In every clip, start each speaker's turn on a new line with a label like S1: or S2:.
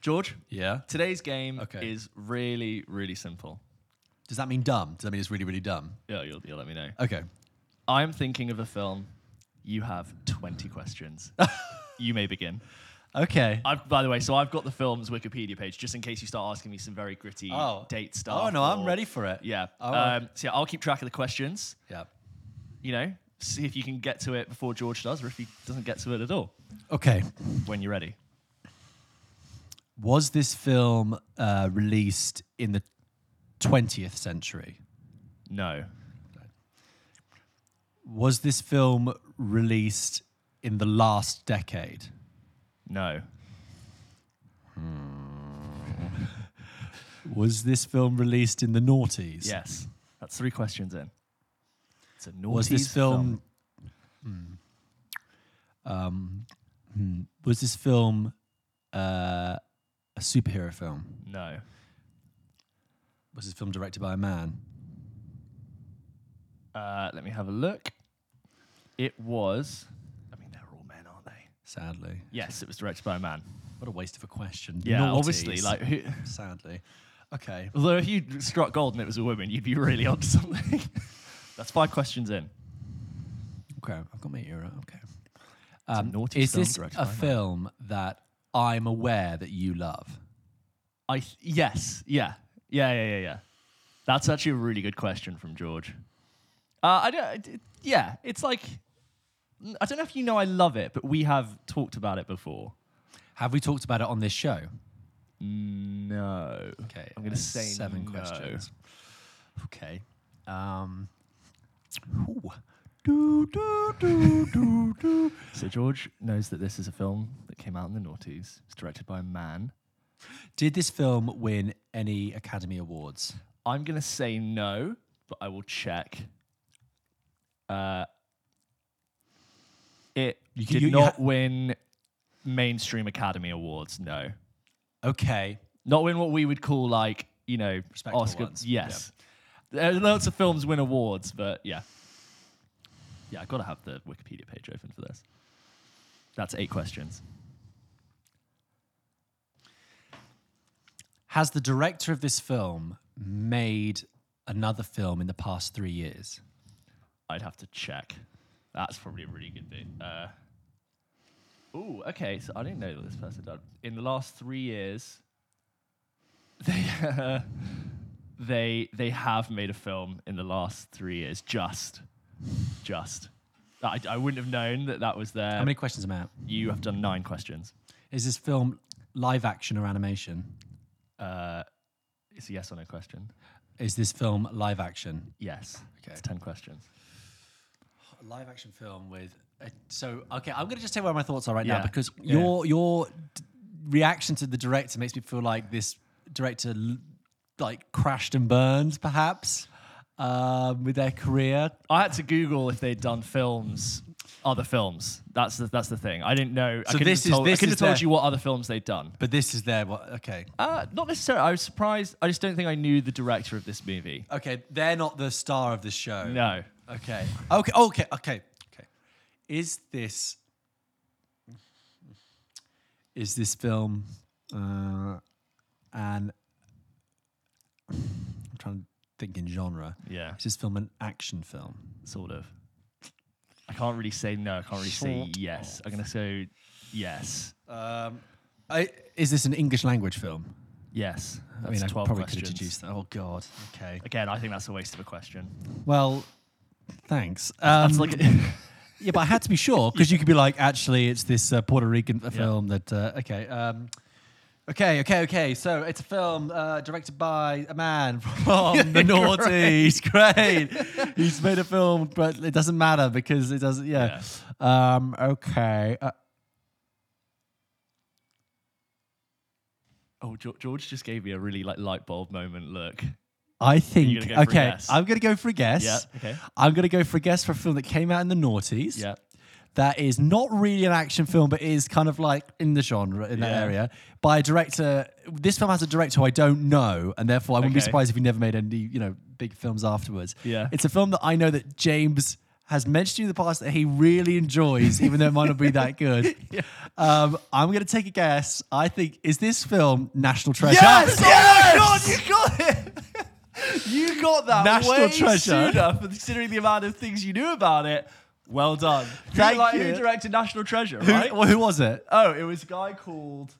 S1: George,
S2: Yeah.
S1: today's game
S2: Okay.
S1: is really, really simple.
S2: Does that mean dumb? Does that mean it's really, really dumb?
S1: Yeah, you'll, you'll let me know.
S2: Okay.
S1: I'm thinking of a film. You have 20 questions. you may begin.
S2: Okay.
S1: I've, by the way, so I've got the film's Wikipedia page just in case you start asking me some very gritty
S2: Oh.
S1: date stuff.
S2: Oh no, I'm
S1: or-
S2: ready for it.
S1: Yeah.
S2: Oh.
S1: Um, so yeah, I'll keep track of the questions.
S2: Yeah.
S1: You know, see if you can get to it before George does, or if he doesn't get to it at all.
S2: Okay.
S1: When you're ready.
S2: Was this film uh, released in the 20th century?
S1: No.
S2: Was this film released in the last decade?
S1: No.
S2: Was this film released in the noughties?
S1: Yes. That's three questions in. It's a naughty
S2: Was this film? Hmm. Um, hmm. Was this film uh, a superhero film?
S1: No.
S2: Was this film directed by a man?
S1: Uh, let me have a look. It was. I mean, they're all men, aren't they?
S2: Sadly,
S1: Yes, it was directed by a man.
S2: what a waste of a question.
S1: Yeah,
S2: Noughties.
S1: obviously. Like, who,
S2: sadly. Okay.
S1: although if you struck gold and it was a woman, you'd be really onto something. That's five questions in.
S2: Okay, I've got my ear out. Okay.
S1: a
S2: Um,
S1: naughty
S2: is
S1: film
S2: this
S1: directed
S2: a
S1: by a man.
S2: film that I'm aware that you love?
S1: I th- yes, yeah, yeah, yeah, yeah, yeah. That's actually a really good question from George. Uh, I don't. I d- Yeah, it's like n- I don't know if you know I love it, but we have talked about it before.
S2: Have we talked about it on this show?
S1: No.
S2: Okay,
S1: I'm gonna
S2: that's
S1: say
S2: seven
S1: no.
S2: questions. Okay. Um. ooh. Do, do, do, do, do.
S1: So George knows that this is a film that came out in the noughties. It's directed by a man.
S2: Did this film win any Academy Awards?
S1: I'm gonna say no, but I will check. Uh, it
S2: You can-
S1: did
S2: you- you
S1: not
S2: ha-
S1: win mainstream Academy Awards. No.
S2: Okay.
S1: not win what we would call like you know
S2: Respectable
S1: Oscar.
S2: ones.
S1: Yes, There- lots of films win awards, but yeah, yeah, I gotta have the Wikipedia page open for this. That's eight questions.
S2: Has the director of this film made another film in the past three years?
S1: I'd have to check. That's probably a really good thing. Uh, oh, okay. So I didn't know that this person done in the last three years. They uh, they they have made a film in the last three years. Just, just. I, I wouldn't have known that that was there.
S2: How many questions am I at?
S1: you have done nine questions.
S2: Is this film live action or animation?
S1: Uh, it's a yes or no question.
S2: Is this film live action?
S1: Yes.
S2: Okay.
S1: It's ten questions.
S2: A live action film with. A, so okay, I'm gonna just tell you where my thoughts are right now
S1: Yeah.
S2: because
S1: Yeah.
S2: your your d- reaction to the director makes me feel like this director l- like crashed and burned perhaps um, with their career.
S1: I had to Google if they'd done films, other films. That's the that's the thing. I didn't know. I
S2: So
S1: couldn't
S2: this
S1: have
S2: is-
S1: told, I
S2: this
S1: couldn't
S2: is
S1: have told
S2: their-
S1: you what other films they'd done.
S2: But this is their what? Okay,
S1: Uh, not necessarily. I was surprised. I just don't think I knew the director of this movie.
S2: okay, they're not the star of the show.
S1: No.
S2: Okay. Okay. Okay. Okay. Okay. Is this is this film uh, an? I'm trying to think in genre.
S1: Yeah.
S2: Is this film an action film?
S1: Sort of. I can't really say no. I can't really say
S2: Sort
S1: yes. I'm gonna say yes.
S2: Um, I, is this an English language film?
S1: Yes. That's
S2: I mean, I
S1: twelve
S2: probably could have
S1: questions.
S2: deduced that. Oh God. Okay.
S1: Again, I think that's a waste of a question.
S2: Well, thanks.
S1: That's
S2: Um,
S1: like
S2: Yeah, but I had to be sure because you could be like, actually, it's this uh, Puerto Rican f- film that. Uh, okay, um, okay, okay, okay. So it's a film uh, directed by a man from the noughties. Great, he's made a film, but it doesn't matter because it doesn't. Yeah. Um, okay. Uh,
S1: oh, Geor- George just gave me a really like light bulb moment. Look.
S2: I think.
S1: gonna go for a
S2: okay,
S1: guess?
S2: I'm gonna go for a guess.
S1: Yeah. Okay.
S2: I'm gonna go for a guess for a film that came out in the noughties.
S1: Yeah.
S2: that is not really an action film, but is kind of like in the genre in that
S1: Yeah.
S2: area by a director. This film has a director who I don't know, and therefore I wouldn't be
S1: Okay.
S2: surprised if he never made any you know big films afterwards.
S1: Yeah.
S2: it's a film that I know that James has mentioned in the past that he really enjoys, even though it might not be that good. um, I'm going to take a guess. I think, is this film National Treasure? Ah,
S3: Yes! Yes!
S1: Oh my Oh god, you got it! you got that
S2: National
S1: way
S2: treasure.
S1: sooner, for considering the amount of things you knew about it. Well done.
S2: Thank
S1: you. Like,
S2: you.
S1: Who directed National Treasure?
S2: Who,
S1: Right?
S2: well, who was it?
S1: Oh, it was a guy called,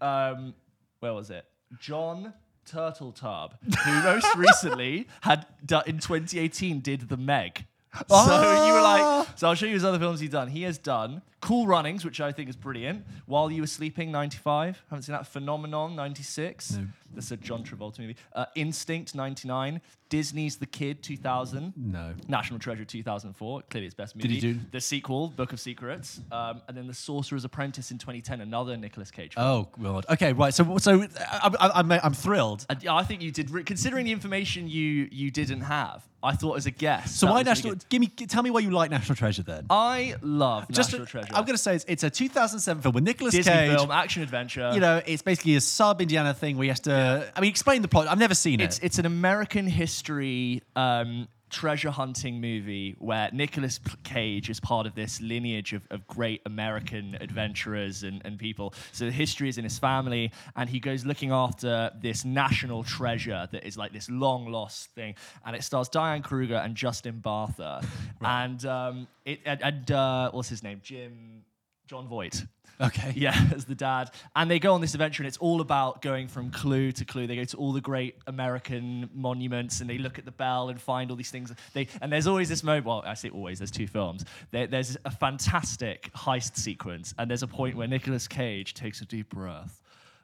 S1: um, where was it? John Turtle Tub, who most recently had do- in 2018 did The Meg. So you were
S2: Ah.
S1: like, so I'll show you his other films he's done. He has done Cool Runnings, which I think is brilliant. While You Were Sleeping, 95. Haven't seen that. Phenomenon, 96. That's a John Travolta movie. Uh, Instinct, 99. Disney's The Kid, 2000.
S2: No.
S1: National Treasure 2004, clearly its best movie.
S2: he do-
S1: The sequel, Book of Secrets, um, and then The Sorcerer's Apprentice in 2010, another Nicolas Cage. film.
S2: Oh, God. Okay, right. So, so I, I, I'm, I'm thrilled.
S1: and yeah, I think you did, re- considering the information you you didn't have. I thought as a guess.
S2: So,
S1: that was
S2: why
S1: really
S2: National?
S1: good.
S2: Give me, tell me why you like National Treasure then.
S1: I love
S2: Just,
S1: National Treasure.
S2: I'm going to say it's, it's a 2007 film with Nicolas
S1: Disney
S2: Cage.
S1: film, uh, action adventure.
S2: You know, it's basically a sub Indiana thing where he has to. I mean, explain the plot. I've never seen
S1: it's
S2: it.
S1: it's an American history um, treasure hunting movie where Nicolas P- Cage is part of this lineage of, of great American adventurers and, and people. So the history is in his family, and he goes looking after this national treasure that is like this long lost thing. And it stars Diane Kruger and Justin Bartha, and um, it and, and uh, what's his name, Jim John Voight.
S2: Okay.
S1: Yeah, as the dad. And they go on this adventure, and it's all about going from clue to clue. They go to all the great American monuments, and they look at the bell and find all these things. They and there's always this moment. Well, I say always. There's two films. There, there's a fantastic heist sequence, and there's a point where Nicolas Cage takes a deep breath,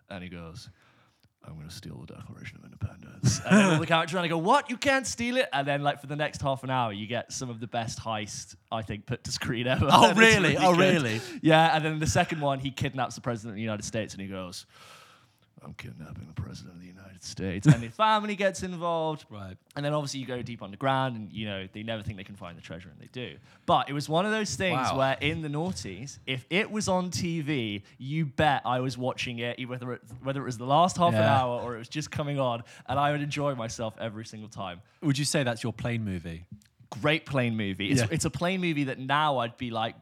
S1: and he goes. I'm going to steal the Declaration of Independence. And then all the characters around and go, What? You can't steal it? And then, like, for the next half an hour, you get some of the best heist, I think, put to screen ever.
S2: Oh,
S1: And it's
S2: really? Oh,
S1: good.
S2: really?
S1: Yeah, and then the second one, he kidnaps the president of the United States and he goes, I'm kidnapping the president of the United States. And the family gets involved.
S2: Right.
S1: And then obviously you go deep underground and, you know, they never think they can find the treasure and they do. But it was one of those things
S2: Wow.
S1: where in the noughties, if it was on TV, you bet I was watching it, e- whether it, whether it was the last half an
S2: Yeah.
S1: hour or it was just coming on, and I would enjoy myself every single time
S2: Would you say that's your plane movie?
S1: great plane movie. It's,
S2: Yeah.
S1: it's a plane movie that now I'd be like,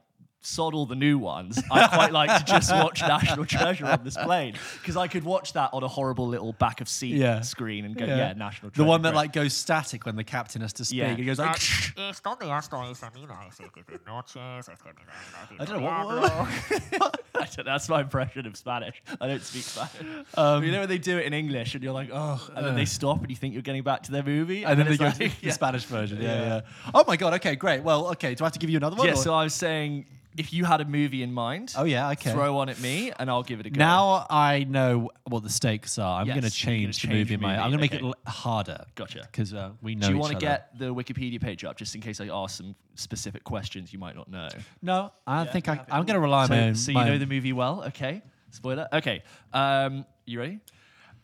S1: sod all the new ones. I quite like to just watch National Treasure on this plane because I could watch that on a horrible little back of seat
S2: Yeah.
S1: screen and go, yeah, National Treasure.
S2: The one that
S1: great."
S2: like goes static when the captain has to speak.
S1: Yeah.
S2: and He goes like.
S4: It's donde has estado esa mina, así que de noches, hasta que
S2: I don't know what- what-
S1: I don't- that's my impression of Spanish. I don't speak Spanish.
S2: Um,
S1: you know when they do it in English and you're like, oh, and then they stop and you think you're getting back to their movie,
S2: uh. and then they
S1: it's
S2: go
S1: like-
S2: to the
S1: yeah.
S2: Spanish version. Yeah, yeah, Oh my god. Okay, great. Well, okay. Do I have to give you another one?
S1: Yeah,
S2: or-
S1: so I was saying, if you had a movie in mind,
S2: oh yeah. Okay.
S1: throw one at me and I'll give it a go.
S2: now I know what the stakes are. I'm
S1: Yes,
S2: going to
S1: you're gonna
S2: change the
S1: change
S2: movie. in My,
S1: movie,
S2: I'm going to make
S1: okay.
S2: it l- harder.
S1: Gotcha.
S2: Because uh, we know.
S1: Do you
S2: each
S1: want to
S2: other.
S1: get the Wikipedia page up just in case I ask some specific questions you might not know?
S2: No, I think I, I'm going to rely on my
S1: So,
S2: own.
S1: so you
S2: my
S1: know
S2: own-
S1: the movie well, okay? Spoiler. Okay. Um, you ready?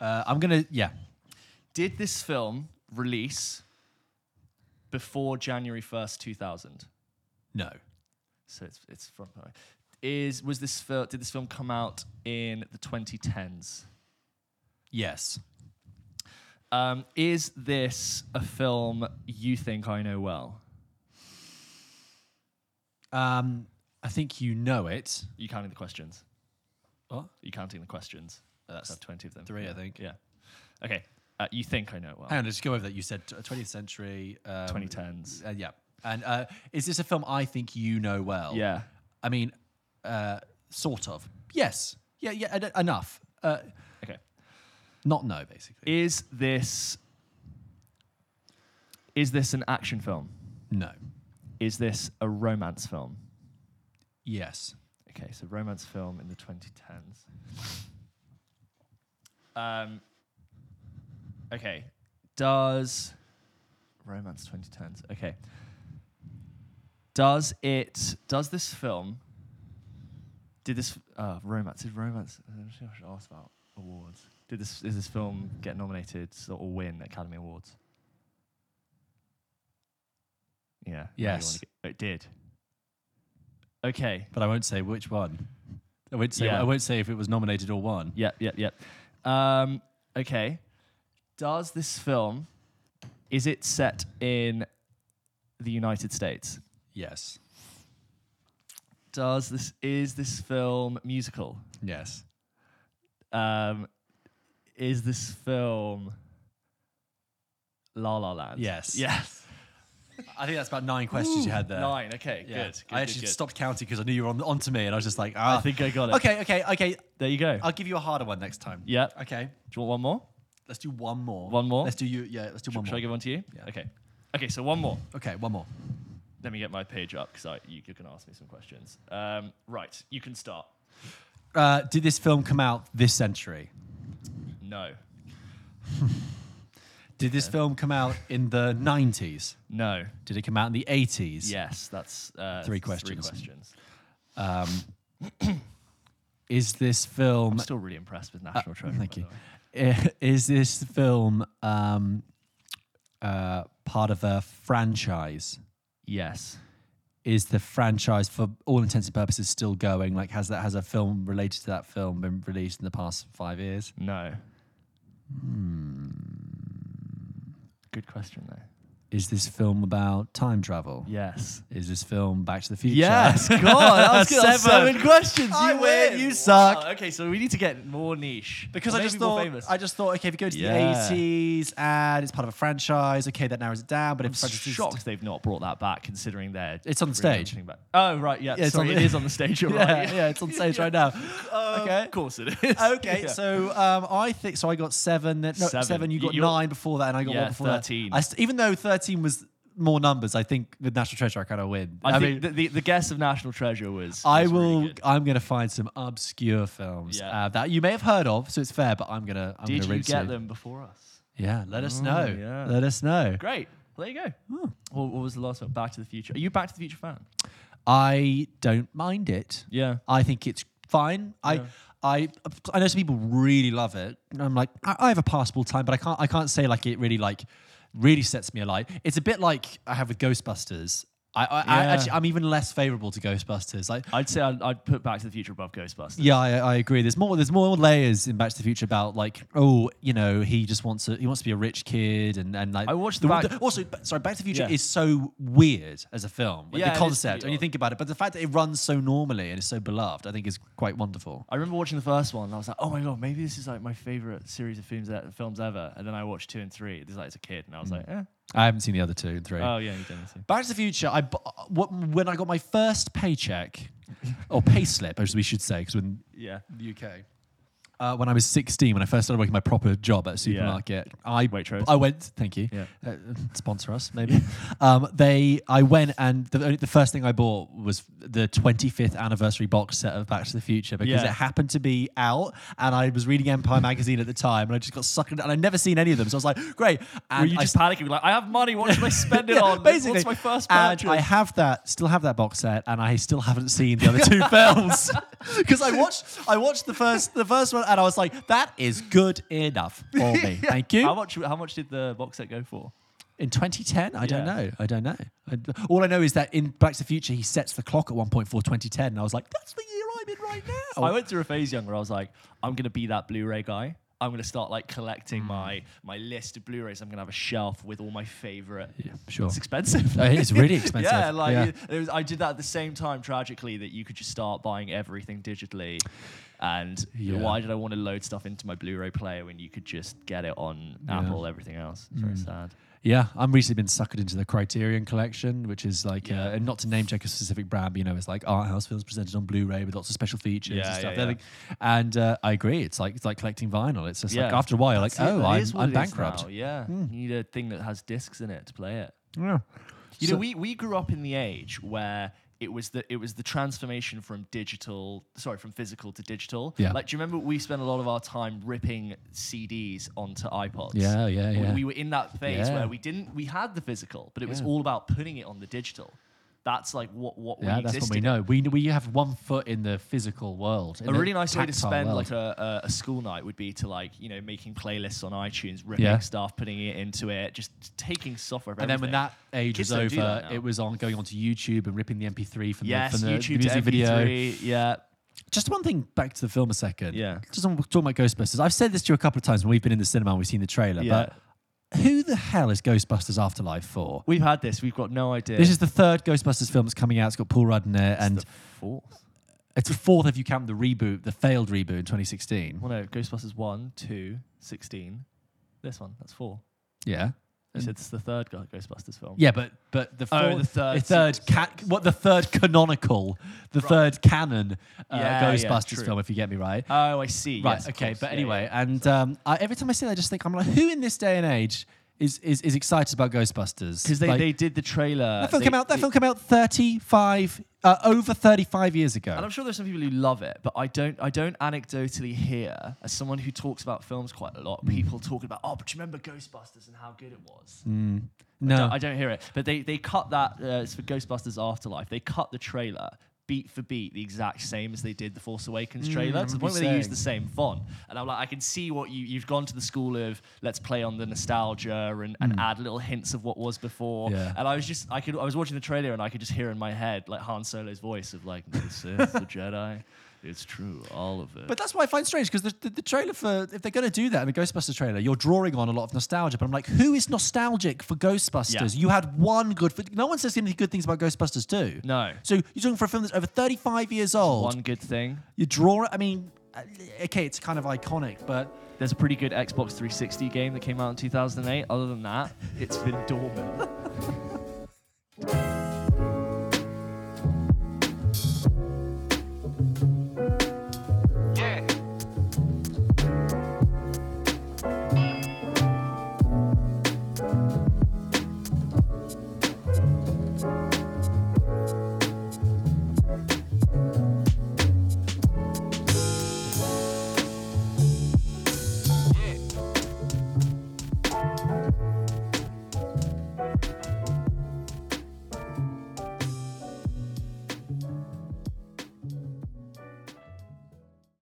S2: Uh, I'm going to. Yeah.
S1: Did this film release before January first, two thousand?
S2: No.
S1: So it's it's from. Is was this film? Did this film come out in the twenty tens?
S2: Yes.
S1: Um, is this a film you think I know well?
S2: Um, I think you know it.
S1: you counting the questions?
S2: What?
S1: you counting the questions? Uh, that's up twenty of them.
S2: three, I
S1: yeah.
S2: think.
S1: Yeah. Okay. Uh, you think I know it well?
S2: Hang on, just go over that. You said t- 20th century. Um,
S1: 2010s.
S2: Uh, yeah. And uh, is this a film I think you know well?
S1: Yeah.
S2: I mean, uh, sort of. Yes. Yeah, yeah, en- enough. Uh,
S1: Okay.
S2: not no, basically.
S1: Is this is this an action film?
S2: no.
S1: Is this a romance film?
S2: Yes.
S1: Okay, so romance film in the 2010s. Um, okay, does romance 2010s? Okay, does it? Does this film? Did this uh, romance? Did romance? I should I should ask about awards. Did this? Is this film get nominated or win Academy Awards? Yeah. now you wanna
S2: Yes.
S1: get- it did. Okay.
S2: But I won't say which one. I won't say.
S1: Yeah.
S2: I won't say if it was nominated or won.
S1: Yep, yep, yep. Um, okay. Does this film is it set in the United States?
S2: Yes.
S1: Does this is this film musical?
S2: Yes.
S1: Um, is this film La La Land?
S2: Yes.
S1: Yes.
S2: I think that's about nine questions you had there.
S1: Nine. Okay.
S2: Yeah.
S1: Good.
S2: I actually stopped counting because I knew you were on, onto me, and I was just like, ah.
S1: I think I got it.
S2: Okay, okay, okay.
S1: There you go.
S2: I'll give you a harder one next time.
S1: yeah.
S2: Okay.
S1: Do you want one more?
S2: Let's do one more.
S1: One more?
S2: Let's do you. Yeah. Let's do one
S1: Should
S2: more.
S1: I give one to you?
S2: Yeah.
S1: Okay. Okay. So one more.
S2: okay, one more.
S1: Let me get my page up because you, you can ask me some questions. Um, right. You can start.
S2: Uh, did this film come out this century?
S1: No.
S2: Did this film come out in the nineties?
S1: No.
S2: Did it come out in the eighties?
S1: Yes. That's uh,
S2: Three
S1: Three
S2: questions.
S1: questions.
S2: Is this film?
S1: I'm still really impressed with National Treasure.
S2: Uh, Thank
S1: by
S2: you.
S1: the way.
S2: I- Is this film um, uh, part of a franchise?
S1: Yes.
S2: Is the franchise, for all intents and purposes, still going? Like, has that has a film related to that film been released in the past five years?
S1: No.
S2: Hmm.
S1: Good question though.
S2: Is this film about time travel?
S1: Yes.
S2: Is this film Back to the Future?
S1: Yes, God, that was good. That was
S2: Seven.
S1: Seven. questions. You
S2: I win.
S1: win.
S2: You suck.
S1: Wow, Okay, so we need to get more niche
S2: Because
S1: Or
S2: I
S1: maybe
S2: just
S1: more
S2: thought,
S1: famous.
S2: I just thought, okay, if you go to
S1: Yeah.
S2: the '80s and it's part of a franchise, okay, that narrows it down. But if
S1: I'm
S2: franchise is-
S1: shocked they've not brought that back, considering they're
S2: It's on the
S1: really
S2: stage.
S1: bringing back- Oh right, yeah.
S2: Yeah, it's
S1: sorry,
S2: on
S1: it
S2: the-
S1: is on the stage. You're
S2: yeah,
S1: right.
S2: yeah, Um, it's on stage right now. okay,
S1: Of course it is.
S2: Okay,
S1: Yeah.
S2: so um, I think so. I got seven. Then, no, seven.
S1: Seven.
S2: You
S1: You-
S2: got
S1: you're-
S2: nine before that, and I got
S1: Yeah,
S2: one before that.
S1: 13.
S2: I st- even though thirteen was more numbers, I think with National Treasure I kind of win.
S1: I,
S2: I,
S1: think
S2: mean,
S1: the, the, the guess of National Treasure was.
S2: I
S1: was
S2: will.
S1: Really good.
S2: I'm going to find some obscure films
S1: Yeah.
S2: uh, that you may have heard of, so it's fair. But I'm gonna. I'm
S1: Did
S2: gonna
S1: you
S2: rinse
S1: get
S2: you.
S1: them before us?
S2: Yeah, let us know.
S1: yeah.
S2: Let us know.
S1: Great. Well, there you go. What, what was the last one? Back to the Future. Are you a Back to the Future fan?
S2: I don't mind it.
S1: Yeah.
S2: I think it's fine. I. I, I know some people really love it. And I'm like, I, I have a passable time, but I can't I can't say like it really like really sets me alight. It's a bit like I have with Ghostbusters. I, I, I
S1: Yeah.
S2: actually I'm even less favorable to Ghostbusters. Like
S1: I'd say I'd, I'd put Back to the Future above Ghostbusters.
S2: yeah, I, I agree. There's more. There's more layers in Back to the Future about like, oh, you know, he just wants to. He wants to be a rich kid, and and like.
S1: I watched
S2: the,
S1: Back-
S2: the- also. but- Sorry, Back to the Future
S1: Yeah.
S2: is so weird as a film. Like
S1: Yeah, it
S2: the
S1: is
S2: concept
S1: pretty
S2: when you
S1: odd.
S2: think about it, but the fact that it runs so normally and is so beloved, I think is quite wonderful.
S1: I remember watching the first one and I was like, oh my god, maybe this is like my favorite series of films e-, films ever. And then I watched two and three. This is like as a kid, and I was like, eh.
S2: I haven't seen the other two and three.
S1: Oh yeah, you didn't see.
S2: Back to the Future. I bu- what, when I got my first paycheck, or pay slip, as we should say, because when
S1: Yeah.
S2: the UK. Uh, when I was 16, when I first started working my proper job at a supermarket, I
S1: Waitrose.
S2: I went. Thank you.
S1: Yeah.
S2: Uh, sponsor us, maybe. um, they, I went, and the only, the first thing I bought was the 25th anniversary box set of Back to the Future because
S1: Yeah.
S2: it happened to be out, and I was reading Empire magazine at the time, and I just got sucked into, and I'd never seen any of them, so I was like, great. And
S1: Were you
S2: I
S1: just panicking? Like, I have money. What should I spend it
S2: yeah,
S1: on?
S2: Basically,
S1: what's my first
S2: and
S1: purchase?
S2: I have that, still have that box set, and I still haven't seen the other two films because I watched, I watched the first, the first one, and I was like, that is good enough for me. Thank
S1: how
S2: you.
S1: much? How much did the box set go for?
S2: In 2010, I don't
S1: Yeah.
S2: know, I don't know. I d all I know is that in Back to the Future, he sets the clock at one point for 2010, and I was like, that's the year I'm in right now.
S1: I went through a phase young where I was like, I'm gonna be that Blu-ray guy. I'm gonna start like
S2: Hmm.
S1: collecting my my list of Blu-rays. I'm gonna have a shelf with all my favorite.
S2: Yeah, sure.
S1: It's expensive.
S2: Uh, it's really expensive.
S1: Yeah, like It was, I did that at the same time, tragically, that you could just start buying everything digitally. And
S2: Yeah.
S1: why did I want to load stuff into my Blu-ray player when you could just get it on Apple, everything else? It's
S2: Hmm.
S1: very sad.
S2: Yeah, I'm recently been suckered into the Criterion Collection, which is like,
S1: Yeah.
S2: uh, and not to name check a specific brand, but you know, it's like art house films presented on Blu-ray with lots of special features and
S1: Yeah,
S2: stuff.
S1: yeah,
S2: They're
S1: yeah.
S2: like- and uh, I agree, it's like it's like collecting vinyl. It's just like
S1: Yeah.
S2: after a while, like
S1: That's it.
S2: oh,
S1: That
S2: I'm,
S1: is what
S2: I'm
S1: it is
S2: bankrupt. Hmm.
S1: now, Yeah, you need a thing that has discs in it to play it.
S2: Yeah.
S1: You
S2: So-
S1: know, we, we grew up in the age where it was the it was the transformation from digital, sorry, from physical to digital.
S2: Yeah.
S1: Like, do you remember we spent a lot of our time ripping CDs onto iPods?
S2: Yeah, yeah,
S1: We-
S2: yeah.
S1: We, were in that phase
S2: Yeah.
S1: where we didn't we had the physical, but it was
S2: Yeah.
S1: all about putting it on the digital. That's like what what
S2: Yeah,
S1: we
S2: that's what
S1: existed
S2: we
S1: in.
S2: know. We we have one foot in the physical world.
S1: A really nice way to spend
S2: world.
S1: like a, a, a school night would be to like you know making playlists on iTunes, ripping
S2: Yeah.
S1: stuff, putting it into it, just taking software. From
S2: And then when
S1: everything.
S2: that age
S1: Kids
S2: was
S1: don't do that
S2: over,
S1: now.
S2: it was on going onto YouTube and ripping the MP3 from
S1: yes,
S2: the, from the, the
S1: YouTube
S2: music
S1: to
S2: video.
S1: MP3, yeah,
S2: Just one thing back to the film a second.
S1: Yeah.
S2: Just on, talking about Ghostbusters. I've said this to you a couple of times when we've been in the cinema and we've seen the trailer,
S1: Yeah.
S2: but who the hell is Ghostbusters Afterlife for?
S1: We've had this. We've got no idea.
S2: This is the third Ghostbusters film that's coming out. It's got Paul Rudd in it, and
S1: the fourth.
S2: it's the fourth if you count the reboot, the failed reboot in 2016.
S1: Well, no, Ghostbusters 1, 2, 16. This one, that's four.
S2: Yeah,
S1: You said it's the third Go- Ghostbusters film.
S2: yeah, but but the fourth,
S1: Oh, the third
S2: ca- what the third canonical, the third canon uh,
S1: Yeah, yeah,
S2: Ghostbusters
S1: true.
S2: film, if you get me right.
S1: Oh, I see.
S2: Right.
S1: Yes, of
S2: okay.
S1: course.
S2: But
S1: Yeah,
S2: anyway,
S1: yeah.
S2: and um, I, every time I see that, I just think I'm like, who in this day and age is is, is excited about Ghostbusters?
S1: Because they,
S2: Like,
S1: they did the trailer.
S2: that film
S1: they-
S2: came out. That
S1: they-
S2: film came out 35 uh, over 35 years
S1: And
S2: ago.
S1: I'm sure there's some people who love it, but I don't. I don't anecdotally hear, as someone who talks about films quite a
S2: Hmm.
S1: lot, people talking about, oh, but you remember Ghostbusters and how good it was.
S2: No.
S1: I don't hear it. But they they cut that. Uh, it's for Ghostbusters Afterlife. They cut the trailer beat for beat the exact same as they did the Force Awakens
S2: Mm,
S1: trailer to the
S2: remember
S1: point
S2: you
S1: where they used
S2: saying.
S1: the same font. And I'm like, I can see what you you've gone to the school of let's play on the nostalgia and, and add little hints of what was before.
S2: Mm. Yeah.
S1: And I was just I could I was watching the trailer and I could just hear in my head like Han Solo's voice of like the Sith, the Jedi. It's true, all of it.
S2: But that's why I find strange because the, the, the trailer for if they're going to do that in the Ghostbusters trailer, you're drawing on a lot of nostalgia. But I'm like, who is nostalgic for Ghostbusters?
S1: Yeah.
S2: You had one good. fi- No one says any good things about Ghostbusters too.
S1: No.
S2: So you're talking for a film that's over 35 years old.
S1: one good thing.
S2: You draw it. I mean, uh, okay, it's kind of iconic, but
S1: There's a pretty good Xbox 360 game that came out in 2008. Other than that, it's been dormant.